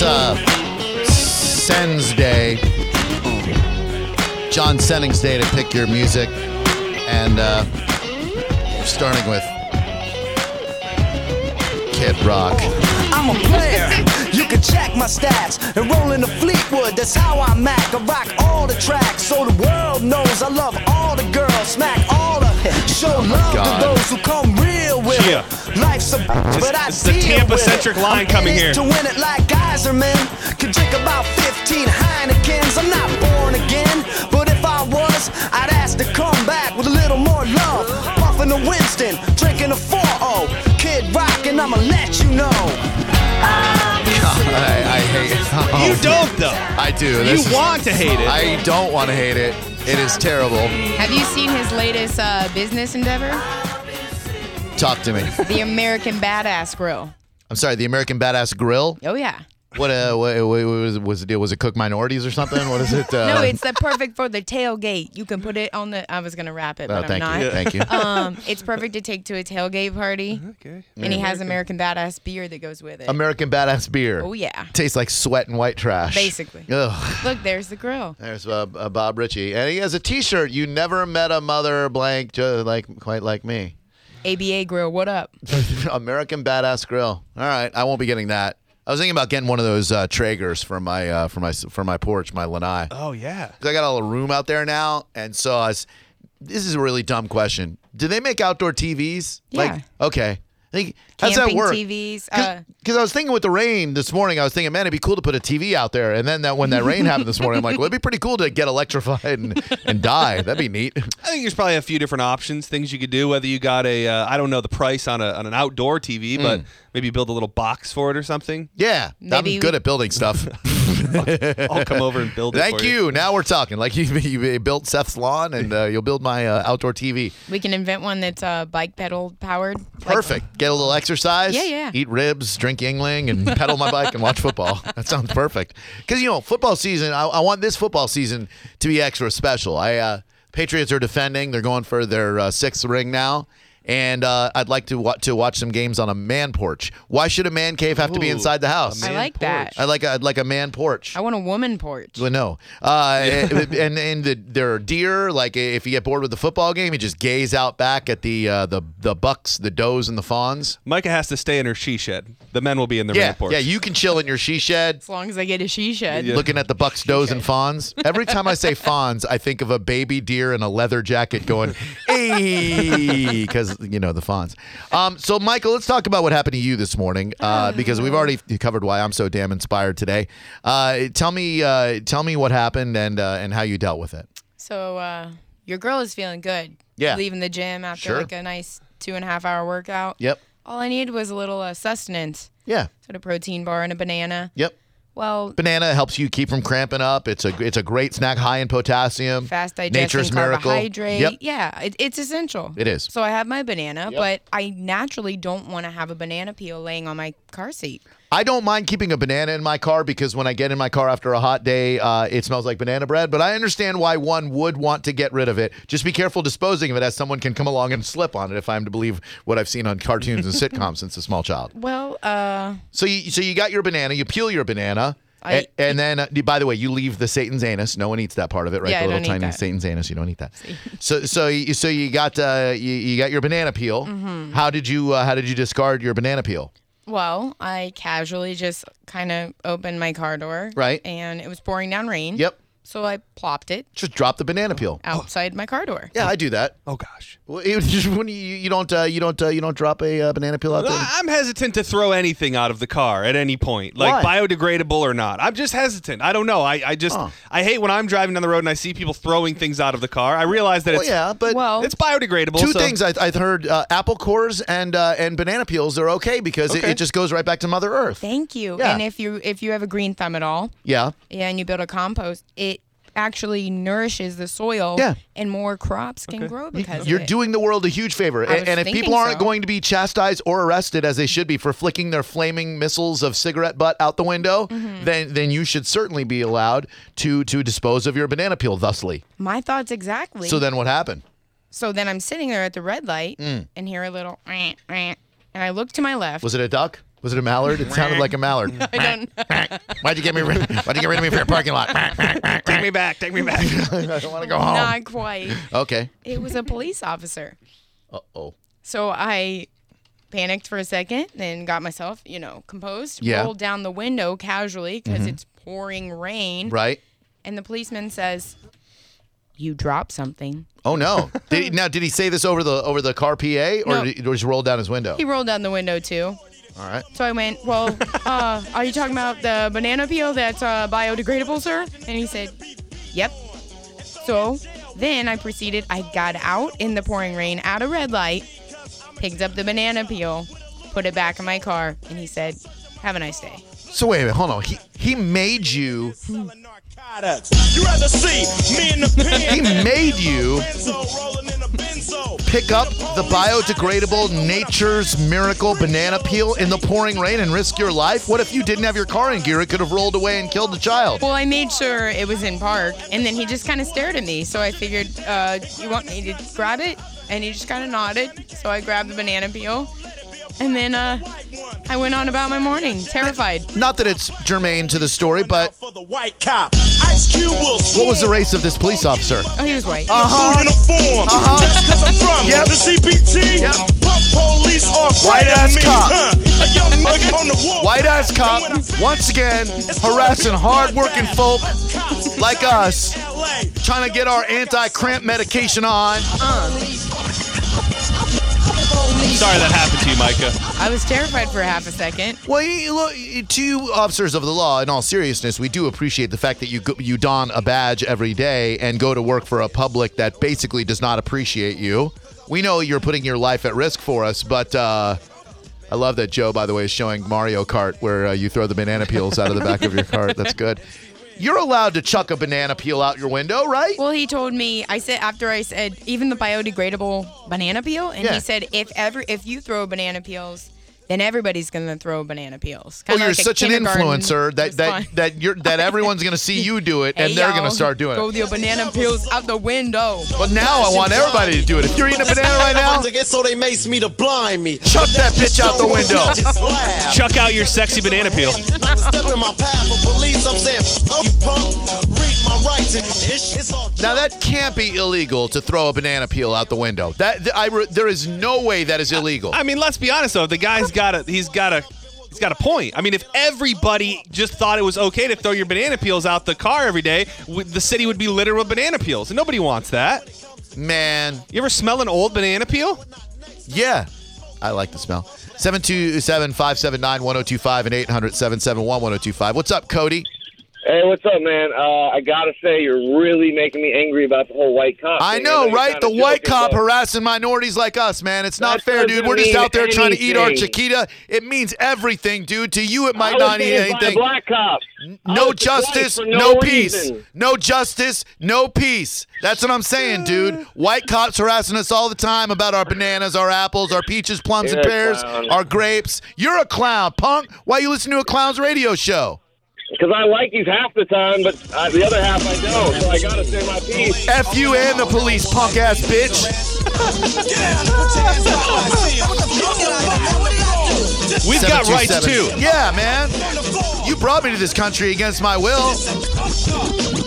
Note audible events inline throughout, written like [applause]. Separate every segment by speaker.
Speaker 1: uh, settings day to pick your music, and uh, we're starting with Kid Rock. [laughs]
Speaker 2: I'm a player. You can check my stats. And rolling the Fleetwood, that's how I mac. I rock all the tracks, so the world knows I love all the girls. Smack all the show love
Speaker 1: God.
Speaker 2: to those who come real with it.
Speaker 3: Yeah.
Speaker 2: Life's a but I
Speaker 3: it's the
Speaker 2: deal
Speaker 3: Tampa-centric
Speaker 2: with it.
Speaker 3: line
Speaker 2: I'm
Speaker 3: coming
Speaker 2: in it
Speaker 3: here.
Speaker 2: To win it like Geyserman, can drink about 15 Heinekens. I'm not born again, but if I was, I'd ask to come back with a little more love. Puffing a Winston, drinking a 4 Kid Rock, and I'ma let you know.
Speaker 1: I, I hate [laughs] Oh,
Speaker 3: You don't though.
Speaker 1: I do.
Speaker 3: You
Speaker 1: This is-
Speaker 3: want to hate it.
Speaker 1: I don't want to hate it. It is terrible.
Speaker 4: Have you seen his latest uh, business endeavor?
Speaker 1: Talk to me.
Speaker 4: The American Badass Grill.
Speaker 1: I'm sorry. The American Badass Grill.
Speaker 4: Oh yeah.
Speaker 1: What, uh, what, what, what was, was the deal? Was it cook minorities or something? What is
Speaker 3: [laughs]
Speaker 1: it? Uh,
Speaker 4: No, it's the perfect for the tailgate. You can put it on the. I was gonna wrap it, but
Speaker 1: oh,
Speaker 4: I'm
Speaker 1: thank
Speaker 4: not.
Speaker 1: you. Thank
Speaker 3: [laughs] Uh,
Speaker 1: you.
Speaker 4: Um, it's perfect to take to a tailgate party,
Speaker 3: okay.
Speaker 4: and he has American Badass beer that goes with it.
Speaker 1: American Badass beer.
Speaker 4: Oh yeah.
Speaker 1: Tastes like sweat and white trash.
Speaker 4: Basically.
Speaker 1: Ugh.
Speaker 4: Look, there's the grill.
Speaker 1: There's uh, uh, Bob Ritchie, and he has a T-shirt. You never met a mother blank just like quite like me.
Speaker 4: ABA Grill. What up?
Speaker 1: American Badass Grill. All right, I won't be getting that. I was thinking about getting one of those uh, Traegers for my uh, for my for my porch, my lanai.
Speaker 3: Oh yeah.
Speaker 1: 'Cause I got all the room out there now, and so I was, this is a really dumb question. Do they make outdoor TVs?
Speaker 4: Yeah.
Speaker 1: Like, okay. I think, how's that
Speaker 4: Camping
Speaker 1: work?
Speaker 4: TVs. Uh,
Speaker 1: Because I was thinking with the rain this morning, I was thinking, man, it'd be cool to put a TV out there. And then that when that rain happened this morning, I'm like, well, it'd be pretty cool to get electrified and, and die. That'd be neat. [laughs]
Speaker 3: I think there's probably a few different options, things you could do. Whether you got a, uh, I don't know the price on, a, on an outdoor TV,
Speaker 1: Hmm.
Speaker 3: but maybe build a little box for it or something.
Speaker 1: Yeah,
Speaker 4: Maybe-
Speaker 1: I'm good at building stuff. [laughs]
Speaker 3: I'll come over and build it.
Speaker 1: Thank
Speaker 3: for
Speaker 1: you. Now we're talking. Like [laughs] you, you built Seth's lawn, and uh, you'll build my uh, outdoor TV.
Speaker 4: we can invent one that's uh, bike pedal powered. Like-
Speaker 1: Perfect. Get a little exercise.
Speaker 4: Yeah, yeah.
Speaker 1: Eat ribs, drink Yingling, and pedal my bike and watch football. That sounds perfect. Because you know, football season. I, I want this football season to be extra special. I uh, Patriots are defending. They're going for their uh, sixth ring now. And uh, I'd like to wa- to watch some games on a man porch. Why should a man cave have to be
Speaker 3: Ooh,
Speaker 1: inside the house?
Speaker 4: I
Speaker 3: man
Speaker 4: like that.
Speaker 1: I like a, I'd like a man porch.
Speaker 4: I want a woman porch.
Speaker 1: Well, no. Uh, and and the, there are deer. Like if you get bored with the football game, you just gaze out back at the uh, the the bucks, the does, and the fawns.
Speaker 3: Micah has to stay in her she shed. The men will be in their
Speaker 1: Yeah,
Speaker 3: man porch.
Speaker 1: yeah. You can chill in your she shed,
Speaker 4: As long as I get a she shed.
Speaker 3: Yeah.
Speaker 1: looking at the bucks, does, and fawns. Every time I say fawns, I think of a baby deer in a leather jacket
Speaker 3: [laughs]
Speaker 1: going, "Hey," because you know the fawns. Um, so, Michael, let's talk about what happened to you this morning uh, because we've already covered why I'm so damn inspired today. Uh, tell me, uh, tell me what happened and uh, and how you dealt with it.
Speaker 4: So uh, your girl is feeling good.
Speaker 1: Yeah.
Speaker 4: Leaving the gym after
Speaker 1: Sure.
Speaker 4: like a nice two and a half hour workout.
Speaker 1: Yep.
Speaker 4: All I needed was a little uh, sustenance.
Speaker 1: Yeah.
Speaker 4: So a protein bar and a banana.
Speaker 1: Yep.
Speaker 4: Well,
Speaker 1: Banana helps you keep from cramping up. It's a it's a great snack, high in potassium.
Speaker 4: fast digesting
Speaker 1: Nature's miracle.
Speaker 4: carbohydrate.
Speaker 1: Yep.
Speaker 4: Yeah, it, it's essential.
Speaker 1: It is.
Speaker 4: So I have my banana, but I naturally don't want to have a banana peel laying on my car seat.
Speaker 1: I don't mind keeping a banana in my car because when I get in my car after a hot day, uh, it smells like banana bread. But I understand why one would want to get rid of it. Just be careful disposing of it, as someone can come along and slip on it. If I'm to believe what I've seen on cartoons
Speaker 4: [laughs]
Speaker 1: and sitcoms since a small child.
Speaker 4: Well, uh,
Speaker 1: So you so you got your banana, you peel your banana.
Speaker 4: I-
Speaker 1: and, and then, uh, by the way, you leave the Satan's anus. No one eats that part of it, right?
Speaker 4: Yeah, I
Speaker 1: the little
Speaker 4: don't eat
Speaker 1: tiny
Speaker 4: that.
Speaker 1: Satan's anus. You
Speaker 4: [laughs]
Speaker 1: don't eat that. so, so, you, so you got uh, you, you got your banana peel.
Speaker 4: Mm-hmm.
Speaker 1: How did you uh, How did you discard your banana peel?
Speaker 4: well, I casually just kind of opened my car door.
Speaker 1: Right.
Speaker 4: And it was pouring down rain.
Speaker 1: Yep, Oh.
Speaker 4: So I plopped it
Speaker 1: just drop the banana peel.
Speaker 4: outside my car door.
Speaker 1: Yeah, I do that.
Speaker 3: Oh gosh.
Speaker 1: Well, it was just when you, you don't uh, you don't uh, you don't drop a uh, banana peel out there.
Speaker 3: I- I'm hesitant to throw anything out of the car at any point, like
Speaker 1: Why?
Speaker 3: biodegradable or not. I'm just hesitant. I don't know. I, I just
Speaker 1: Oh.
Speaker 3: I hate when I'm driving down the road and I see people throwing things out of the car. I realize that
Speaker 1: Well,
Speaker 3: it's
Speaker 1: yeah, but
Speaker 4: Well-
Speaker 3: it's biodegradable.
Speaker 1: two
Speaker 3: so-
Speaker 1: things I, I've heard: uh, apple cores and uh, and banana peels are okay because It,
Speaker 3: Okay.
Speaker 1: it just goes right back to Mother Earth.
Speaker 4: Thank you.
Speaker 1: Yeah.
Speaker 4: And if you if you have a green thumb at all,
Speaker 1: yeah.
Speaker 4: yeah, and you build a compost, it actually nourishes the soil.
Speaker 1: Yeah.
Speaker 4: And more crops can grow because of
Speaker 1: You're
Speaker 4: it.
Speaker 1: doing the world a huge favor.
Speaker 4: I
Speaker 1: A-
Speaker 4: was
Speaker 1: And if
Speaker 4: thinking
Speaker 1: people aren't
Speaker 4: so.
Speaker 1: going to be chastised or arrested as they should be for flicking their flaming missiles of cigarette butt out the window,
Speaker 4: Mm-hmm.
Speaker 1: then then you should certainly be allowed to to dispose of your banana peel thusly.
Speaker 4: my thoughts exactly.
Speaker 1: So then what happened?
Speaker 4: So then I'm sitting there at the red light and hear a little "Eh, eh," and I look to my left.
Speaker 1: Mm. Was it a duck? Was it a mallard? It sounded like a mallard.
Speaker 4: [laughs] I don't know.
Speaker 1: Why'd you get me? Rid- Why'd you get rid of me from your parking
Speaker 4: [laughs]
Speaker 1: lot? I
Speaker 3: Take me back. Take me back.
Speaker 1: don't want to go home.
Speaker 4: Not quite.
Speaker 1: Okay.
Speaker 4: It was a police officer.
Speaker 1: Uh oh.
Speaker 4: So I panicked for a second, then got myself, you know, composed,
Speaker 1: Yeah. Mm-hmm.
Speaker 4: rolled down the window casually because it's pouring rain.
Speaker 1: Right.
Speaker 4: And the policeman says, You dropped something.
Speaker 1: Oh no. Did he, now did he say this over the over the car PA or
Speaker 4: No.
Speaker 1: did he or just roll down his window?
Speaker 4: He rolled down the window too.
Speaker 1: All right.
Speaker 4: So I went, Well, uh, are you talking about the banana peel that's uh, biodegradable, sir? And he said, Yep. So then I proceeded, I got out in the pouring rain at a red light, picked up the banana peel, put it back in my car, and he said, Have a nice day.
Speaker 1: So wait a minute. Hold on. He he made you.
Speaker 5: You rather see me
Speaker 1: [laughs]
Speaker 5: in the pen.
Speaker 1: He made you pick up the biodegradable nature's miracle banana peel in the pouring rain and risk your life? What if you didn't have your car in gear? It could have rolled away and killed the child.
Speaker 4: Well, I made sure it was in park, and then he just kind of stared at me. So I figured, uh, you want me to grab it? And he just kind of nodded. So I grabbed the banana peel, and then uh, I went on about my morning, terrified.
Speaker 1: Not that it's germane to the story, [laughs] but
Speaker 5: For the white cop, Ice Cube will
Speaker 1: what was the race of this police officer?
Speaker 4: Oh, he was white.
Speaker 5: Uh-huh. Uniform. Uh-huh. Just cause I'm from
Speaker 1: Yep.
Speaker 5: the CPT.
Speaker 1: Yep.
Speaker 5: Pump police off
Speaker 1: White ass
Speaker 5: me.
Speaker 1: cop.
Speaker 5: Huh. A young
Speaker 1: [laughs]
Speaker 5: mug on the wall.
Speaker 1: White ass cop,
Speaker 5: And when I-
Speaker 1: once again, harassing hard-working folk like us,
Speaker 5: LA.
Speaker 1: trying to get our anti-cramp medication on.
Speaker 3: Sorry that happened to you, Micah.
Speaker 4: I was terrified for half a second.
Speaker 1: Well, you, look, to you officers of the law, in all seriousness, we do appreciate the fact that you go, you don a badge every day and go to work for a public that basically does not appreciate you. We know you're putting your life at risk for us, but uh, I love that Joe, by the way, is showing Mario Kart where uh, you throw the banana peels out of the back of your cart. That's good. You're allowed to chuck a banana peel out your window, right?
Speaker 4: Well, he told me. I said after I said even the biodegradable banana peel, and
Speaker 1: Yeah.
Speaker 4: he said if ever if you throw banana peels. Then everybody's gonna throw banana peels.
Speaker 1: Oh,
Speaker 4: Kinda
Speaker 1: you're
Speaker 4: like a
Speaker 1: such an
Speaker 4: kindergarten
Speaker 1: influencer that that,
Speaker 4: response.
Speaker 1: that you're that everyone's gonna see you do it and
Speaker 4: Hey,
Speaker 1: they're gonna
Speaker 4: y'all,
Speaker 1: start doing it.
Speaker 4: Throw the banana peels out the window.
Speaker 1: But now I want everybody to do it. If you're eating a banana right now,
Speaker 5: So they mace me to blind me.
Speaker 1: chuck that bitch out the window.
Speaker 5: [laughs] Just laugh.
Speaker 3: Chuck out your sexy banana peel.
Speaker 5: I was stepping my path for police. I'm saying, "Fuck you punk, read my rights and it's, it's all
Speaker 1: Now that can't be illegal to throw a banana peel out the window. That th- I re- there is no way that is illegal.
Speaker 3: I mean, let's be honest though. The guy's got a he's got a he's got a point. I mean, if everybody just thought it was okay to throw your banana peels out the car every day, w- the city would be littered with banana peels, and nobody wants that.
Speaker 1: Man,
Speaker 3: You ever smell an old banana peel?
Speaker 1: yeah, I like the smell. 727-579-1025 and 800-771-1025. What's up, Cody?
Speaker 6: Hey, what's up, man? Uh, I gotta say, you're really making me angry about the whole white cop.
Speaker 1: I
Speaker 6: thing.
Speaker 1: know,
Speaker 6: you're
Speaker 1: right?
Speaker 6: kinda
Speaker 1: The white
Speaker 6: joking,
Speaker 1: cop
Speaker 6: but-
Speaker 1: harassing minorities like us, man. It's not
Speaker 6: That
Speaker 1: fair, dude.
Speaker 6: doesn't
Speaker 1: We're just
Speaker 6: mean
Speaker 1: out there trying to eat our
Speaker 6: anything.
Speaker 1: chiquita. It means everything, dude. To you, it
Speaker 6: I
Speaker 1: might
Speaker 6: was
Speaker 1: not mean
Speaker 6: hit by a
Speaker 1: anything.
Speaker 6: black cop. I was
Speaker 1: No
Speaker 6: hit twice
Speaker 1: justice,
Speaker 6: for
Speaker 1: no, peace.
Speaker 6: reason.
Speaker 1: No justice, no peace. That's what I'm
Speaker 6: [sighs]
Speaker 1: saying, dude. White cops harassing us all the time about our bananas, our apples, our peaches, plums, and
Speaker 6: You're a
Speaker 1: pears,
Speaker 6: clown.
Speaker 1: our grapes. You're a clown, punk. Why you listen to a clown's radio show?
Speaker 6: Because I like you half the time, but uh, the other half I don't. So I gotta say my piece.
Speaker 1: F you and the police, punk ass bitch.
Speaker 3: We've got rights
Speaker 1: 727.
Speaker 3: too.
Speaker 1: Yeah, man. You brought me to this country against my will.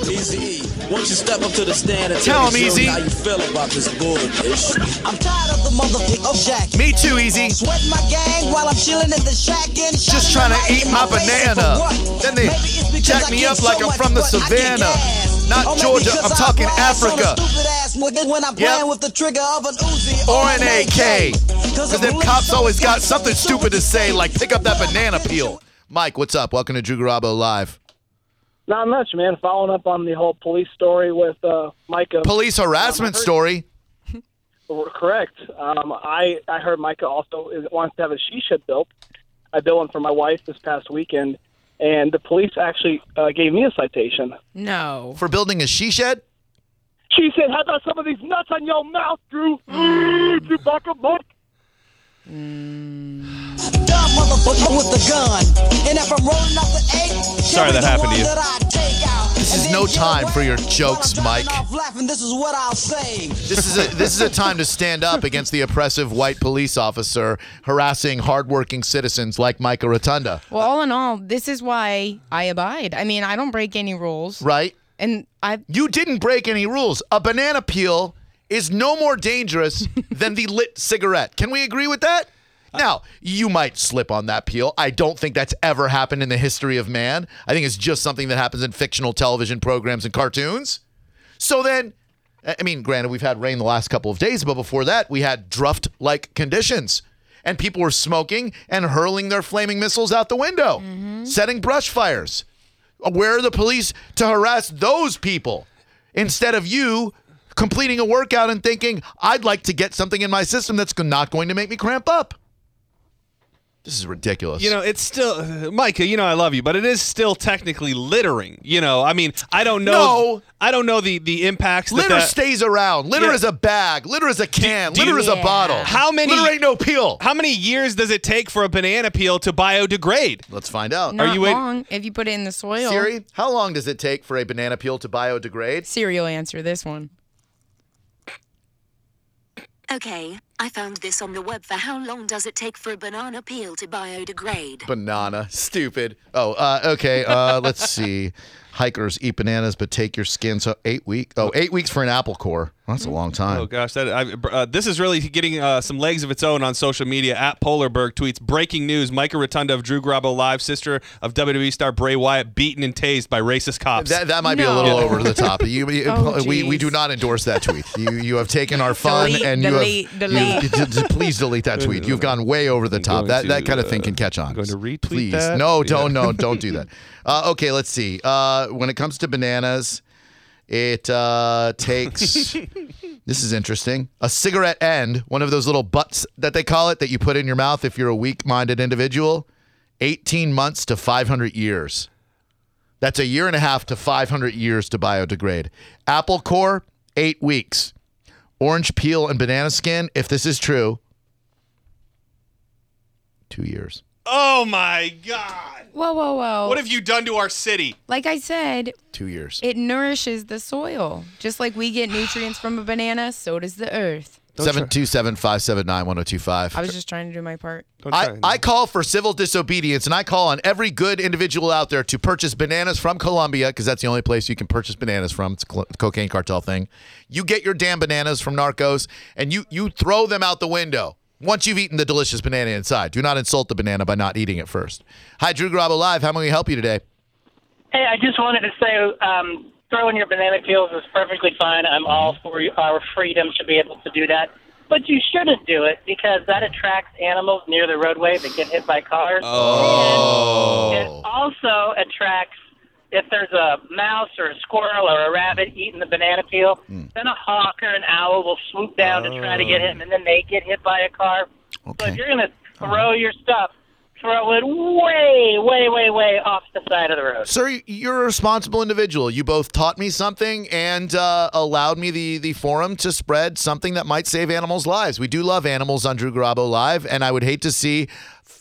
Speaker 7: Easy Once you step up to the stand and
Speaker 1: Tell
Speaker 7: tell
Speaker 1: 'em,
Speaker 7: me
Speaker 1: Eazy.
Speaker 7: how you feel about this bullshit.
Speaker 8: I'm tired of the motherfucker of Jack.
Speaker 1: Me too, Easy.
Speaker 8: Sweat my gang while I'm chilling in the shack and
Speaker 1: Just trying to eat my banana. Then they jack me up like I'm from the savannah. Not Georgia, I'm talking Africa.
Speaker 8: When I'm
Speaker 1: Yep.
Speaker 8: playing with the trigger of an Uzi
Speaker 1: or an AK. Because
Speaker 8: the
Speaker 1: them cops always got something stupid to say, like pick up that banana peel. Mike, what's up? Welcome to Drew Garabo Live.
Speaker 9: Not much, man. Following up on the whole police story with uh, Micah.
Speaker 1: Police harassment story.
Speaker 9: Correct. Um, I I heard Micah also is, wants to have a she shed built. I built one for my wife this past weekend, and the police actually uh, gave me a citation.
Speaker 4: No.
Speaker 1: For building a she shed?
Speaker 9: She said, "How about some of these nuts on your mouth, Drew? Mm, Chewbacca, monk."
Speaker 8: Dumb motherfucker. but with the gun. And if I'm rolling off the eight,
Speaker 3: Sorry that happened to you.
Speaker 8: This
Speaker 1: is no time for your jokes, Mike.
Speaker 8: Laughing, this is what I'll say.
Speaker 1: This is a this is a time to stand up against the oppressive white police officer harassing hardworking citizens like Michael Rotunda.
Speaker 4: Well, all in all, this is why I abide. I mean, I don't break any rules.
Speaker 1: Right?
Speaker 4: And I
Speaker 1: [laughs] You didn't break any rules. A banana peel is no more dangerous than the lit cigarette. Can we agree with that? Now, you might slip on that peel. I don't think that's ever happened in the history of man. I think it's just something that happens in fictional television programs and cartoons. So then, I I mean, granted, we've had rain the last couple of days, but before that, we had druft like conditions. And people were smoking and hurling their flaming missiles out the window, setting brush fires. Where are the police to harass those people instead of you completing a workout and thinking, I'd like to get something in my system that's not going to make me cramp up? This is ridiculous.
Speaker 3: You know, it's still [sighs] Micah. You know, I love you, but it is still technically littering. You know, I mean, I don't know.
Speaker 1: No.
Speaker 3: I don't know the the impacts.
Speaker 1: litter
Speaker 3: that that,
Speaker 1: stays around. Litter
Speaker 3: Yeah.
Speaker 1: is a bag. Litter is a can.
Speaker 3: do you-
Speaker 1: litter is a
Speaker 4: Yeah.
Speaker 1: bottle.
Speaker 3: How many-
Speaker 1: Litter ain't no peel.
Speaker 3: How many years does it take for a banana peel to biodegrade?
Speaker 1: Let's find out.
Speaker 4: not
Speaker 3: you in-
Speaker 4: wrong if you put it in the soil.
Speaker 1: Siri, how long does it take for a banana peel to biodegrade?
Speaker 4: Siri will answer this one.
Speaker 10: Okay, I found this on the web for how long does it take for a banana peel to biodegrade?
Speaker 1: Banana. Stupid. Oh, uh, okay. Uh,
Speaker 4: [laughs]
Speaker 1: let's see. Hikers eat bananas, but take your skin. So eight week. Oh, eight weeks for an apple core. that's a long
Speaker 4: Mm-hmm.
Speaker 1: time.
Speaker 3: Oh gosh, that I, uh, this is really getting uh, some legs of its own on social media. At Polarberg tweets breaking news: Micah Rotunda of Drew Garabo Live, sister of WWE star Bray Wyatt, beaten and tased by racist cops.
Speaker 1: That, that might be a little
Speaker 4: No.
Speaker 1: over
Speaker 4: [laughs]
Speaker 1: the top. You, you-
Speaker 4: Oh,
Speaker 1: we, we
Speaker 4: geez.
Speaker 1: do not endorse that tweet. You you have
Speaker 4: [laughs]
Speaker 1: taken our fun
Speaker 4: Delete,
Speaker 1: and you have
Speaker 4: delete, delete.
Speaker 1: you- d- d- please
Speaker 4: [laughs]
Speaker 1: delete that tweet. You've gone way over the top.
Speaker 3: going
Speaker 1: That that
Speaker 3: to,
Speaker 1: kind of thing
Speaker 3: uh,
Speaker 1: can catch on.
Speaker 3: going to retweet
Speaker 1: please.
Speaker 3: that?
Speaker 1: No, don't no don't do
Speaker 3: [laughs]
Speaker 1: that. Uh, okay, let's see. Uh, when it comes to bananas, it uh,
Speaker 3: [laughs]
Speaker 1: takes. This is interesting. A cigarette end, one of those little butts that they call it that you put in your mouth if you're a weak minded individual, 18 months to 500 years. That's a year and a half to 500 years to biodegrade. Apple core, eight weeks. Orange peel and banana skin, if this is true, two years.
Speaker 3: oh my god!
Speaker 4: Whoa, whoa, whoa.
Speaker 3: What have you done to our city?
Speaker 4: like I said,
Speaker 1: Two years.
Speaker 4: it nourishes the soil. Just like we get nutrients from a banana, so does the earth.
Speaker 1: 727 579 1025.
Speaker 4: I was just trying to do my part.
Speaker 1: I, I call for civil disobedience, and I call on every good individual out there to purchase bananas from Colombia because that's the only place you can purchase bananas from. It's a cl- cocaine cartel thing. You get your damn bananas from Narcos, and you you throw them out the window once you've eaten the delicious banana inside. Do not insult the banana by not eating it first. Hi, Drew Garabo Live. How may we help you today?
Speaker 9: Hey, I just wanted to say um, throwing your banana peels is perfectly fine. I'm all for our freedom to be able to do that. But you shouldn't do it because that attracts animals near the roadway that get hit by cars.
Speaker 3: Oh.
Speaker 9: And it also attracts, if there's a mouse or a squirrel or a rabbit eating the banana peel, then a hawk or an owl will swoop down to try to get him, and then they get hit by a car. So if
Speaker 1: Okay.
Speaker 9: you're going to throw your stuff, throw it way, way, way, way off the side of the road.
Speaker 1: Sir, you're a responsible individual. You both taught me something and uh, allowed me the, the forum to spread something that might save animals' lives. We do love animals on Drew Garabo Live, and I would hate to see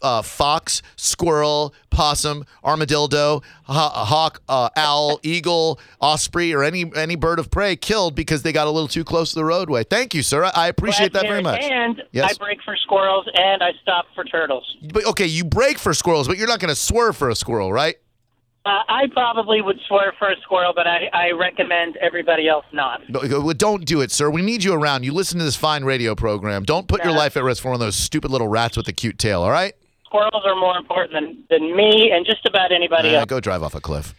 Speaker 1: uh, fox, squirrel, possum, armadillo, ha- hawk, uh, owl, [laughs] eagle, osprey, or any any bird of prey killed because they got a little too close to the roadway. Thank you, sir. I, I appreciate that very much.
Speaker 9: And
Speaker 1: Yes.
Speaker 9: I break for squirrels and I stop for turtles.
Speaker 1: But okay, you break for squirrels, but you're not going to swerve for a squirrel, right?
Speaker 9: Uh, I probably would swear for a squirrel, but I, I recommend everybody else not.
Speaker 1: No, well, Don't do it, sir. We need you around. You listen to this fine radio program. Don't put your
Speaker 9: Yeah.
Speaker 1: life at risk for one of those stupid little rats with a cute tail, all right?
Speaker 9: Squirrels are more important than, than me and just about anybody
Speaker 1: Uh,
Speaker 9: else.
Speaker 1: go drive off a cliff.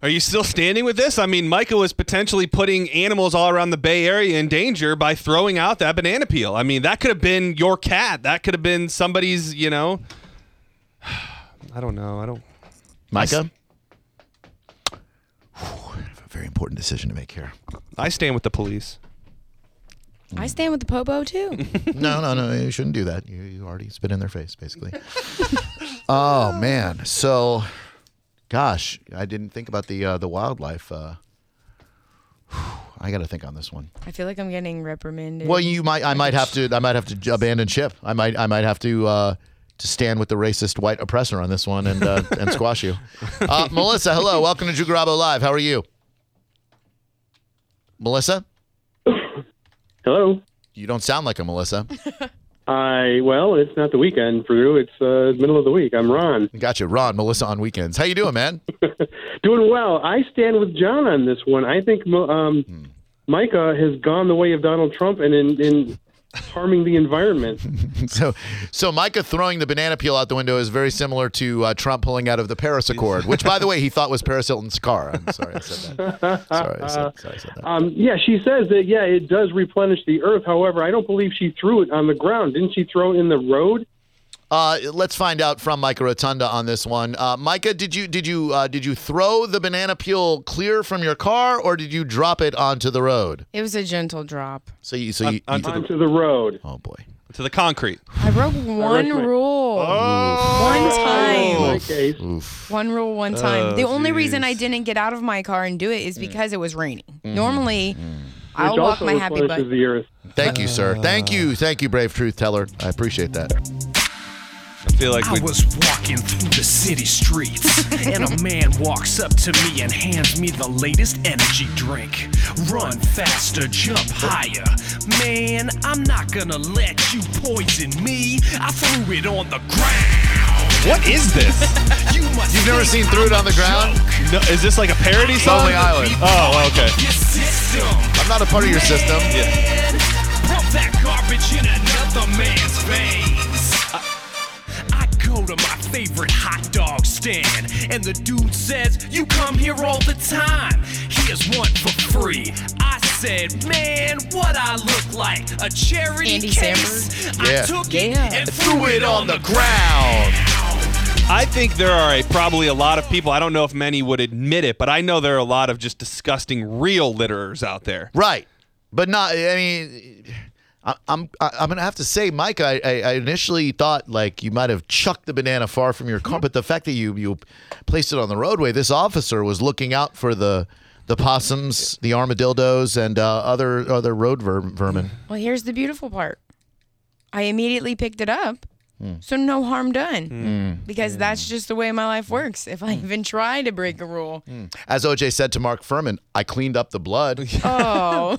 Speaker 3: Are you still standing with this? I mean, Micah was potentially putting animals all around the Bay Area in danger by throwing out that banana peel. I mean, that could have been your cat. That could have been somebody's, you know. [sighs] I don't know. I don't.
Speaker 1: Micah? Whew, I have a very important decision to make here.
Speaker 3: I stand with the police.
Speaker 4: I stand with the Pobo too.
Speaker 1: No, no, no. You shouldn't do that. You, you already spit in their face, basically. oh, man. So, gosh, I didn't think about the, uh, the wildlife. Uh, whew, I got to think on this one.
Speaker 4: I feel like I'm getting reprimanded.
Speaker 1: Well, you might. I might have to. I might have to j- abandon ship. I might. I might have to uh, to stand with the racist white oppressor on this one and uh, and squash you. Uh, Melissa, hello. Welcome to Drew Garabo Live. How are you? Melissa?
Speaker 11: Hello.
Speaker 1: You don't sound like a Melissa.
Speaker 11: I well, it's not the weekend for you. It's uh, middle of the week. I'm Ron.
Speaker 1: Gotcha, Ron. Melissa on weekends. How you doing, man? [laughs]
Speaker 11: Doing well. I stand with John on this one. I think um,
Speaker 1: Hmm.
Speaker 11: Micah has gone the way of Donald Trump and in, in harming the environment.
Speaker 1: so, so Micah throwing the banana peel out the window is very similar to uh, Trump pulling out of the Paris Accord, which, by the way, he thought was Paris Hilton's car. I'm sorry, I said that. Sorry, I said, sorry, I said that.
Speaker 11: Um, yeah, she says that. Yeah, it does replenish the earth. However, I don't believe she threw it on the ground. Didn't she throw it in the road?
Speaker 1: Uh, let's find out from Micah Rotunda on this one. Uh, Micah, did you did you uh, did you throw the banana peel clear from your car, or did you drop it onto the road?
Speaker 4: It was a gentle drop.
Speaker 1: So you so you,
Speaker 11: onto, the, road.
Speaker 1: Oh boy,
Speaker 3: to the concrete.
Speaker 4: I broke one
Speaker 3: my-
Speaker 4: rule. One
Speaker 12: Oh.
Speaker 4: time. One rule, one time.
Speaker 3: Oh,
Speaker 4: the only
Speaker 3: geez.
Speaker 4: reason I didn't get out of my car and do it
Speaker 1: Mm.
Speaker 4: is because it was raining.
Speaker 1: Mm-hmm.
Speaker 4: Normally,
Speaker 11: Mm-hmm.
Speaker 4: I'll
Speaker 11: Which
Speaker 4: walk
Speaker 11: also
Speaker 4: my happy butt.
Speaker 11: replenishes the earth.
Speaker 1: Thank you, sir. Thank you, thank you, brave truth teller. I appreciate that.
Speaker 3: I feel like we.
Speaker 13: I was walking through the city streets, and a man walks up to me and hands me the latest energy drink. Run faster, jump higher. Man, I'm not gonna let you poison me. I threw it on the ground.
Speaker 3: What is this?
Speaker 13: You must
Speaker 1: You've never seen through it on the ground?
Speaker 3: No, is this like a parody song?
Speaker 1: Lonely Island.
Speaker 3: Oh, okay.
Speaker 1: I'm not a part of your system.
Speaker 13: Rub that garbage in another man's veins. I, I go to my favorite hot dog stand, and the dude says, You come here all the time. Here's one for free. I said, Man, what I look like? A charity case.
Speaker 3: Yeah.
Speaker 13: I took it and threw it on the
Speaker 3: ground. I think there are a, probably a lot of people. I don't know if many would admit it, but I know there are a lot of just disgusting real litterers out there.
Speaker 1: Right, but not. I mean, I, I'm I- I'm gonna have to say, Mike. I, I I initially thought like you might have chucked the banana far from your
Speaker 3: Mm-hmm.
Speaker 1: car, but the fact that you you placed it on the roadway, this officer was looking out for the the possums, the armadillos, and uh, other other road ver- vermin.
Speaker 3: Mm-hmm.
Speaker 4: Well, here's the beautiful part. I immediately picked it up,
Speaker 1: Mm.
Speaker 4: so no harm done.
Speaker 11: Mm.
Speaker 4: Because that's just the way my
Speaker 1: Mm.
Speaker 4: life works. If I even try to break a rule,
Speaker 1: As OJ said to Mark Furman, I cleaned up the
Speaker 3: [laughs]
Speaker 1: blood.
Speaker 4: oh,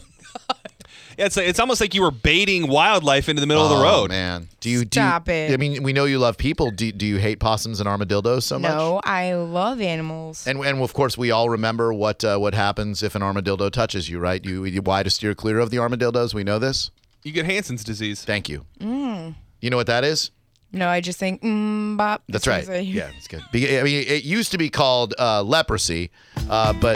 Speaker 3: Yeah, It's it's almost like you were baiting wildlife into the middle of the
Speaker 1: Oh,
Speaker 3: road.
Speaker 1: man. Do you
Speaker 4: Stop
Speaker 1: do you,
Speaker 4: it.
Speaker 1: I mean, we know you love people. Do, do you hate possums and armadillos [laughs] so much?
Speaker 4: no, I love animals.
Speaker 1: And, and of course, we all remember what uh, what happens if an armadillo touches you, right? You, you why to steer clear of the armadillos. We know this.
Speaker 3: You get Hansen's disease.
Speaker 1: Thank you.
Speaker 4: Mm.
Speaker 1: You know what that is?
Speaker 4: No, I just think, mm, bop.
Speaker 1: That's
Speaker 4: That's
Speaker 1: right.
Speaker 4: what I say.
Speaker 1: Yeah, it's good. Be- I mean, it used to be called uh, leprosy, uh, but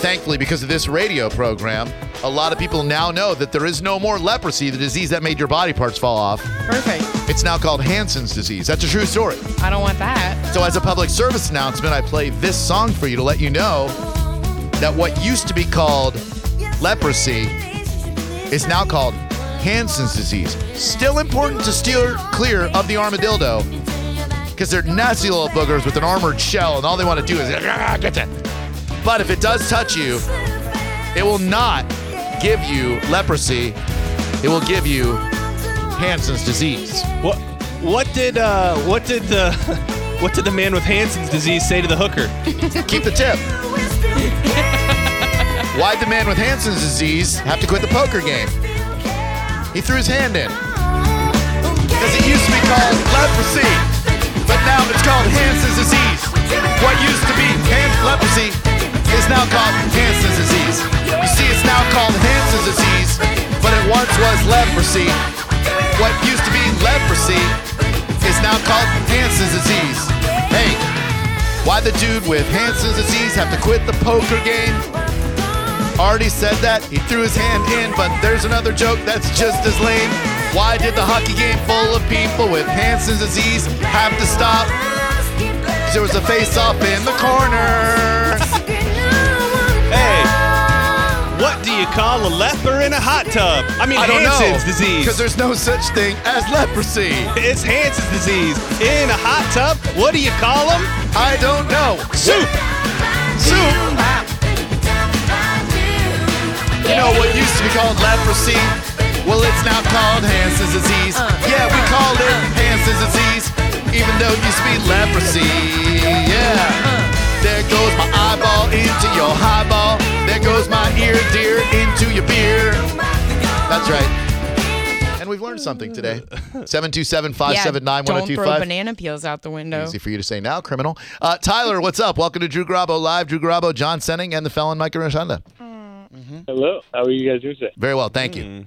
Speaker 1: thankfully, because of this radio program, a lot of people now know that there is no more leprosy, the disease that made your body parts fall off.
Speaker 4: [laughs] Perfect.
Speaker 1: It's now called Hansen's disease. That's a true story.
Speaker 4: I don't want that.
Speaker 1: So, as a public service announcement, I play this song for you to let you know that what used to be called leprosy is now called Hansen's disease. Still important to steer clear of the armadillo because they're nasty little boogers with an armored shell, and all they want to do is "Ah, get that. But if it does touch you, it will not give you leprosy. It will give you Hansen's disease.
Speaker 3: What what did uh what did the [laughs] what did the man with Hansen's disease say to the hooker?
Speaker 1: Keep the tip. Why'd the man with Hansen's disease have to quit the poker game? He threw his hand in. Because it used to be called leprosy, but now it's called Hansen's disease. What used to be hand leprosy is now called Hansen's disease. You see, it's now called Hansen's disease, but it once was leprosy. What used to be leprosy is now called Hansen's disease. Hey, why the dude with Hansen's disease have to quit the poker game? Already said that. He threw his hand in, but there's another joke that's just as lame. Why did the hockey game full of people with Hansen's disease have to stop? 'Cause There was a face off in the corner.
Speaker 3: [laughs] Hey, what do you call a leper in a hot tub? I mean
Speaker 1: I don't
Speaker 3: Hansen's
Speaker 1: know,
Speaker 3: disease.
Speaker 1: 'cause there's no such thing as leprosy.
Speaker 3: It's Hansen's disease. In a hot tub, what do you call them?
Speaker 1: I don't know.
Speaker 3: Soup.
Speaker 1: Soup. You know what used to be called leprosy? Well, it's now called Hansen's disease. Yeah, we call it Hansen's is disease, even though you speak leprosy. Yeah. There goes my eyeball into your highball. There goes my ear, dear, into your beer. That's right. And we've learned something today. 727 579
Speaker 4: Don't throw
Speaker 1: 1025.
Speaker 4: banana peels out the window.
Speaker 1: Easy for you to say now, criminal. Uh, Tyler, what's up? Welcome to Drew Grabo Live. Drew Grabo, John Senning, and the felon Mike Roshanda.
Speaker 12: Hello. How are you guys doing today?
Speaker 1: Very well, thank you.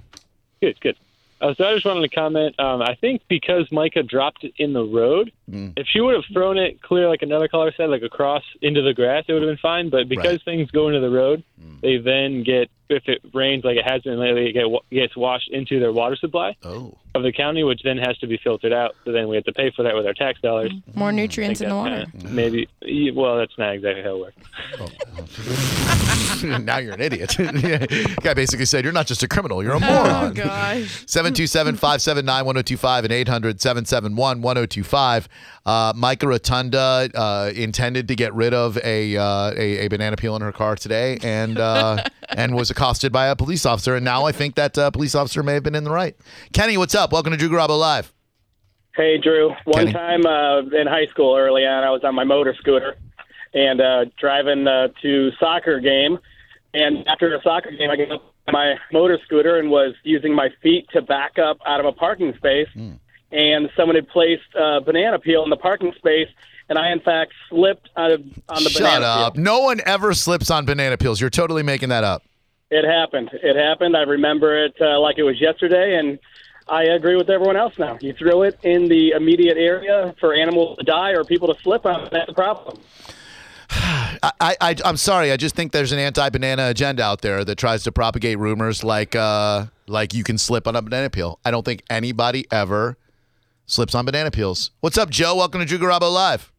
Speaker 12: Good, good. Uh, so I just wanted to comment. Um, I think because Micah dropped it in the road,
Speaker 1: Mm.
Speaker 12: if she would have thrown it clear, like another caller said, like across into the grass, it would have been fine. But because things go into the road, they then get if it rains like it has been lately, it get, wa- gets washed into their water supply
Speaker 1: Oh.
Speaker 12: of the county, which then has to be filtered out. So then we have to pay for that with our tax dollars.
Speaker 4: More nutrients in the water.
Speaker 12: Kinda- maybe. y- Well, that's not exactly how it works.
Speaker 1: [laughs] now you're an idiot. [laughs] Guy basically said, You're not just a criminal, you're a moron.
Speaker 4: Oh, gosh.
Speaker 1: 727 579 1025 and 800 771 1025. Uh, Micah Rotunda uh, intended to get rid of a, uh, a, a banana peel in her car today and, uh, and was accosted by a police officer. And now I think that uh, police officer may have been in the right. Kenny, what's up? Welcome to Drew Garabo Live.
Speaker 14: Hey, Drew. One
Speaker 1: Kenny.
Speaker 14: time uh, in high school early on, I was on my motor scooter and uh, driving uh, to soccer game. And after a soccer game, I got up on my motor scooter and was using my feet to back up out of a parking space. And someone had placed a banana peel in the parking space, and I, in fact, slipped out of, on the
Speaker 1: Shut
Speaker 14: banana
Speaker 1: up. No one ever slips on banana peels. You're totally making that up.
Speaker 14: It happened. It happened. I remember it uh, like it was yesterday, and I agree with everyone else now. You throw it in the immediate area for animals to die or people to slip on. That's a problem.
Speaker 1: I, I, I- I'm sorry. I just think there's an anti-banana agenda out there that tries to propagate rumors like, uh, like you can slip on a banana peel. I don't think anybody ever slips on banana peels. What's up, Joe? Welcome to Drew Garabo Live.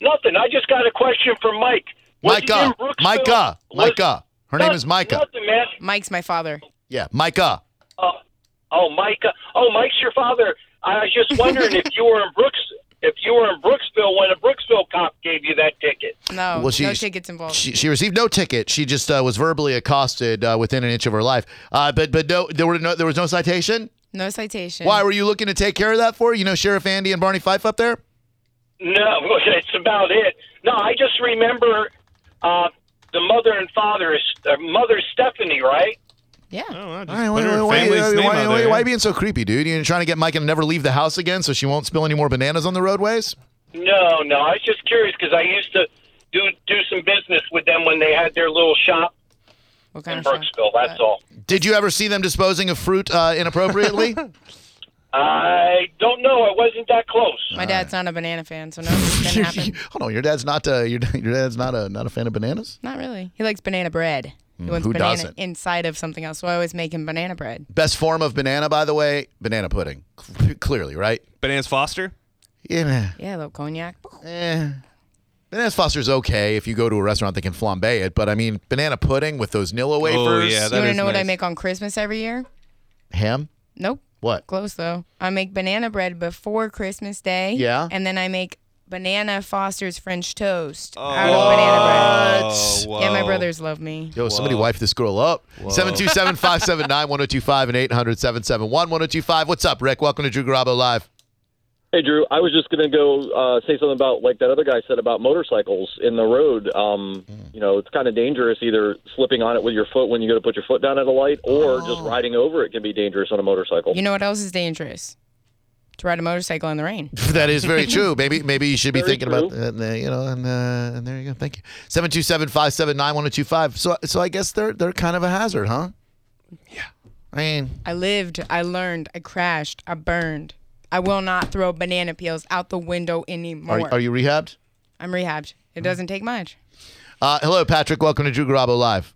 Speaker 15: Nothing. I just got a question for Mike. Was it in
Speaker 1: Micah,
Speaker 15: Brooksville?
Speaker 1: Micah,
Speaker 15: Was-
Speaker 1: Micah. Her name is Micah.
Speaker 15: Nothing, man.
Speaker 4: Mike's my father.
Speaker 1: Yeah, Micah.
Speaker 15: Oh, oh, Micah. Oh, Mike's your father. I was just wondering if you were in Brooks, if you were in Brooksville when a Brooksville cop gave you that ticket.
Speaker 4: No,
Speaker 1: Well, she-
Speaker 4: no tickets involved.
Speaker 1: She, she received no ticket. She just uh, was verbally accosted uh, within an inch of her life. Uh, but but no, there were no there was no citation.
Speaker 4: no citation.
Speaker 1: Why were you looking to take care of that for? You know, Sheriff Andy and Barney Fife up there.
Speaker 9: [laughs]
Speaker 15: No, that's about it. No, I just remember uh, the mother and father, is uh, mother Stephanie, right?
Speaker 4: Yeah.
Speaker 1: All right, why, why, why, why- why- why you being so creepy, dude? You're trying to get Micah to never leave the house again so she won't spill any more bananas on the roadways?
Speaker 15: No, no. I was just curious because I used to do do some business with them when they had their little shop in Brooksville. That's all.
Speaker 1: Did you ever see them disposing of fruit uh, [laughs] inappropriately?
Speaker 15: I don't know. I wasn't that close.
Speaker 4: My dad's not a banana fan, so no, it
Speaker 1: [laughs]
Speaker 4: didn't happen.
Speaker 1: Hold on, your dad's not uh, your, [laughs] your dad's not a not a fan of bananas.
Speaker 4: Not really. He likes banana bread. He
Speaker 1: Mm,
Speaker 4: wants
Speaker 1: who
Speaker 4: banana
Speaker 1: doesn't?
Speaker 4: inside of something else, so I always make him banana bread.
Speaker 1: Best form of banana, by the way, banana pudding. C- Clearly, right?
Speaker 3: Bananas Foster.
Speaker 1: Yeah, man.
Speaker 4: Yeah, a little cognac.
Speaker 1: Eh. Bananas Foster's okay if you go to a restaurant they can flambe it, but I mean banana pudding with those
Speaker 3: Oh,
Speaker 1: Nilla wafers.
Speaker 4: you wanna know what I make on Christmas every year?
Speaker 1: Ham?
Speaker 4: Nope.
Speaker 1: What?
Speaker 4: Close though. I make banana bread before Christmas Day.
Speaker 1: Yeah.
Speaker 4: And then I make banana Foster's French toast oh.
Speaker 1: What?
Speaker 4: Yeah, my brothers love me.
Speaker 1: Yo, somebody wipe this girl up. 727 579 1025 and 800 771 1025. What's up, Rick? Welcome to Drew Garabo Live. [laughs]
Speaker 16: Hey Drew, I was just going to go uh, say something about like that other guy said about motorcycles in the road. Um, You know, it's kind of dangerous either slipping on it with your foot when you go to put your foot down at a light, or just riding over it can be dangerous on a motorcycle.
Speaker 4: You know what else is dangerous? To ride a motorcycle in the rain.
Speaker 1: that is very true. Maybe maybe you should be thinking about that, and, uh, you know, and, uh, and there you go. Thank you. 727 579 1025. So so I guess they're they're kind of a hazard, huh? Yeah. I mean,
Speaker 4: I lived, I learned, I crashed, I burned. I will not throw banana peels out the window anymore.
Speaker 1: are, are you rehabbed?
Speaker 4: I'm rehabbed. It doesn't take much.
Speaker 1: Uh, hello, Patrick. Welcome to Drew Garabo Live.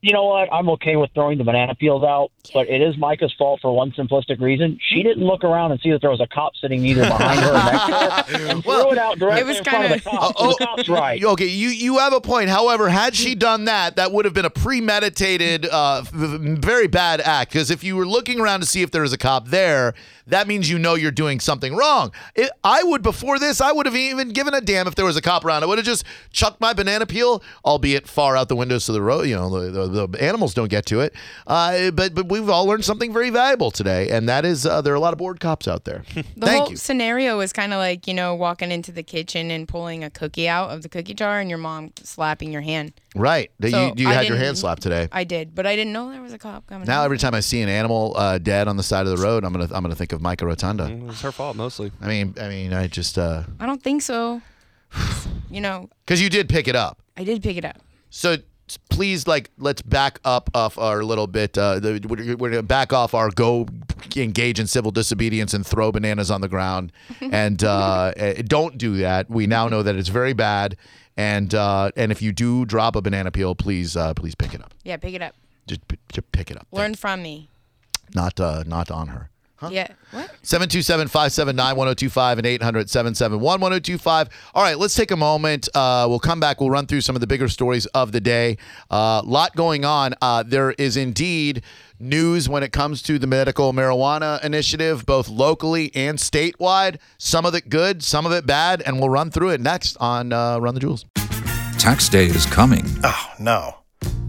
Speaker 17: you know what? I'm okay with throwing the banana peels out, but it is Micah's fault for one simplistic reason. She didn't look around and see that there was a cop sitting either behind her or next to her and threw it out directly in front of the cops. and the cops right.
Speaker 1: Uh, oh, Okay, you, you have a point. However, had
Speaker 4: Mm.
Speaker 1: she done that, that would have been a premeditated, uh, v- v- very bad act. Because if you were looking around to see if there was a cop there, that means you know you're doing something wrong. It, I would, before this, I would have even given a damn if there was a cop around. I would have just chucked my banana peel, albeit far out the windows to the road, you know, the, the, the animals don't get to it. Uh, but but we've all learned something very valuable today, and that is uh, there are a lot of bored cops
Speaker 4: [laughs]
Speaker 1: out there.
Speaker 4: [laughs] The whole scenario is kind of like, you know, walking into the kitchen and pulling a cookie out of the cookie jar and your mom slapping your hand.
Speaker 1: right? That
Speaker 4: So
Speaker 1: you you
Speaker 4: I
Speaker 1: had your
Speaker 4: didn't-
Speaker 1: hand slapped today.
Speaker 4: I did, but I didn't know there was a cop coming.
Speaker 1: now every time I see an animal uh, dead on the side of the road, I'm gonna I'm gonna think of Micah Rotunda.
Speaker 3: It's her fault mostly.
Speaker 1: I mean I mean I just because
Speaker 4: I don't think so. you know,
Speaker 1: you did pick it up.
Speaker 4: I did pick it up.
Speaker 1: So s- please, like, let's back up off our little bit. Uh, the, we're, we're gonna back off our go engage in civil disobedience and throw bananas on the ground, and uh, eh, don't do that. We now know that it's very bad, and uh, and if you do drop a banana peel, please uh, please pick it up.
Speaker 4: Yeah, pick it up.
Speaker 1: Just, p- just pick it up,
Speaker 4: Learn from me.
Speaker 1: not uh, not on her.
Speaker 4: Yeah. What?
Speaker 1: 727 579 1025 and 800 771 1025. All right, let's take a moment. Uh, we'll come back. We'll run through some of the bigger stories of the day. A uh, lot going on. Uh, there is indeed news when it comes to the medical marijuana initiative, both locally and statewide. Some of it good, some of it bad, and we'll run through it next on uh, Run the Jewels.
Speaker 18: Tax day is coming. Oh, no.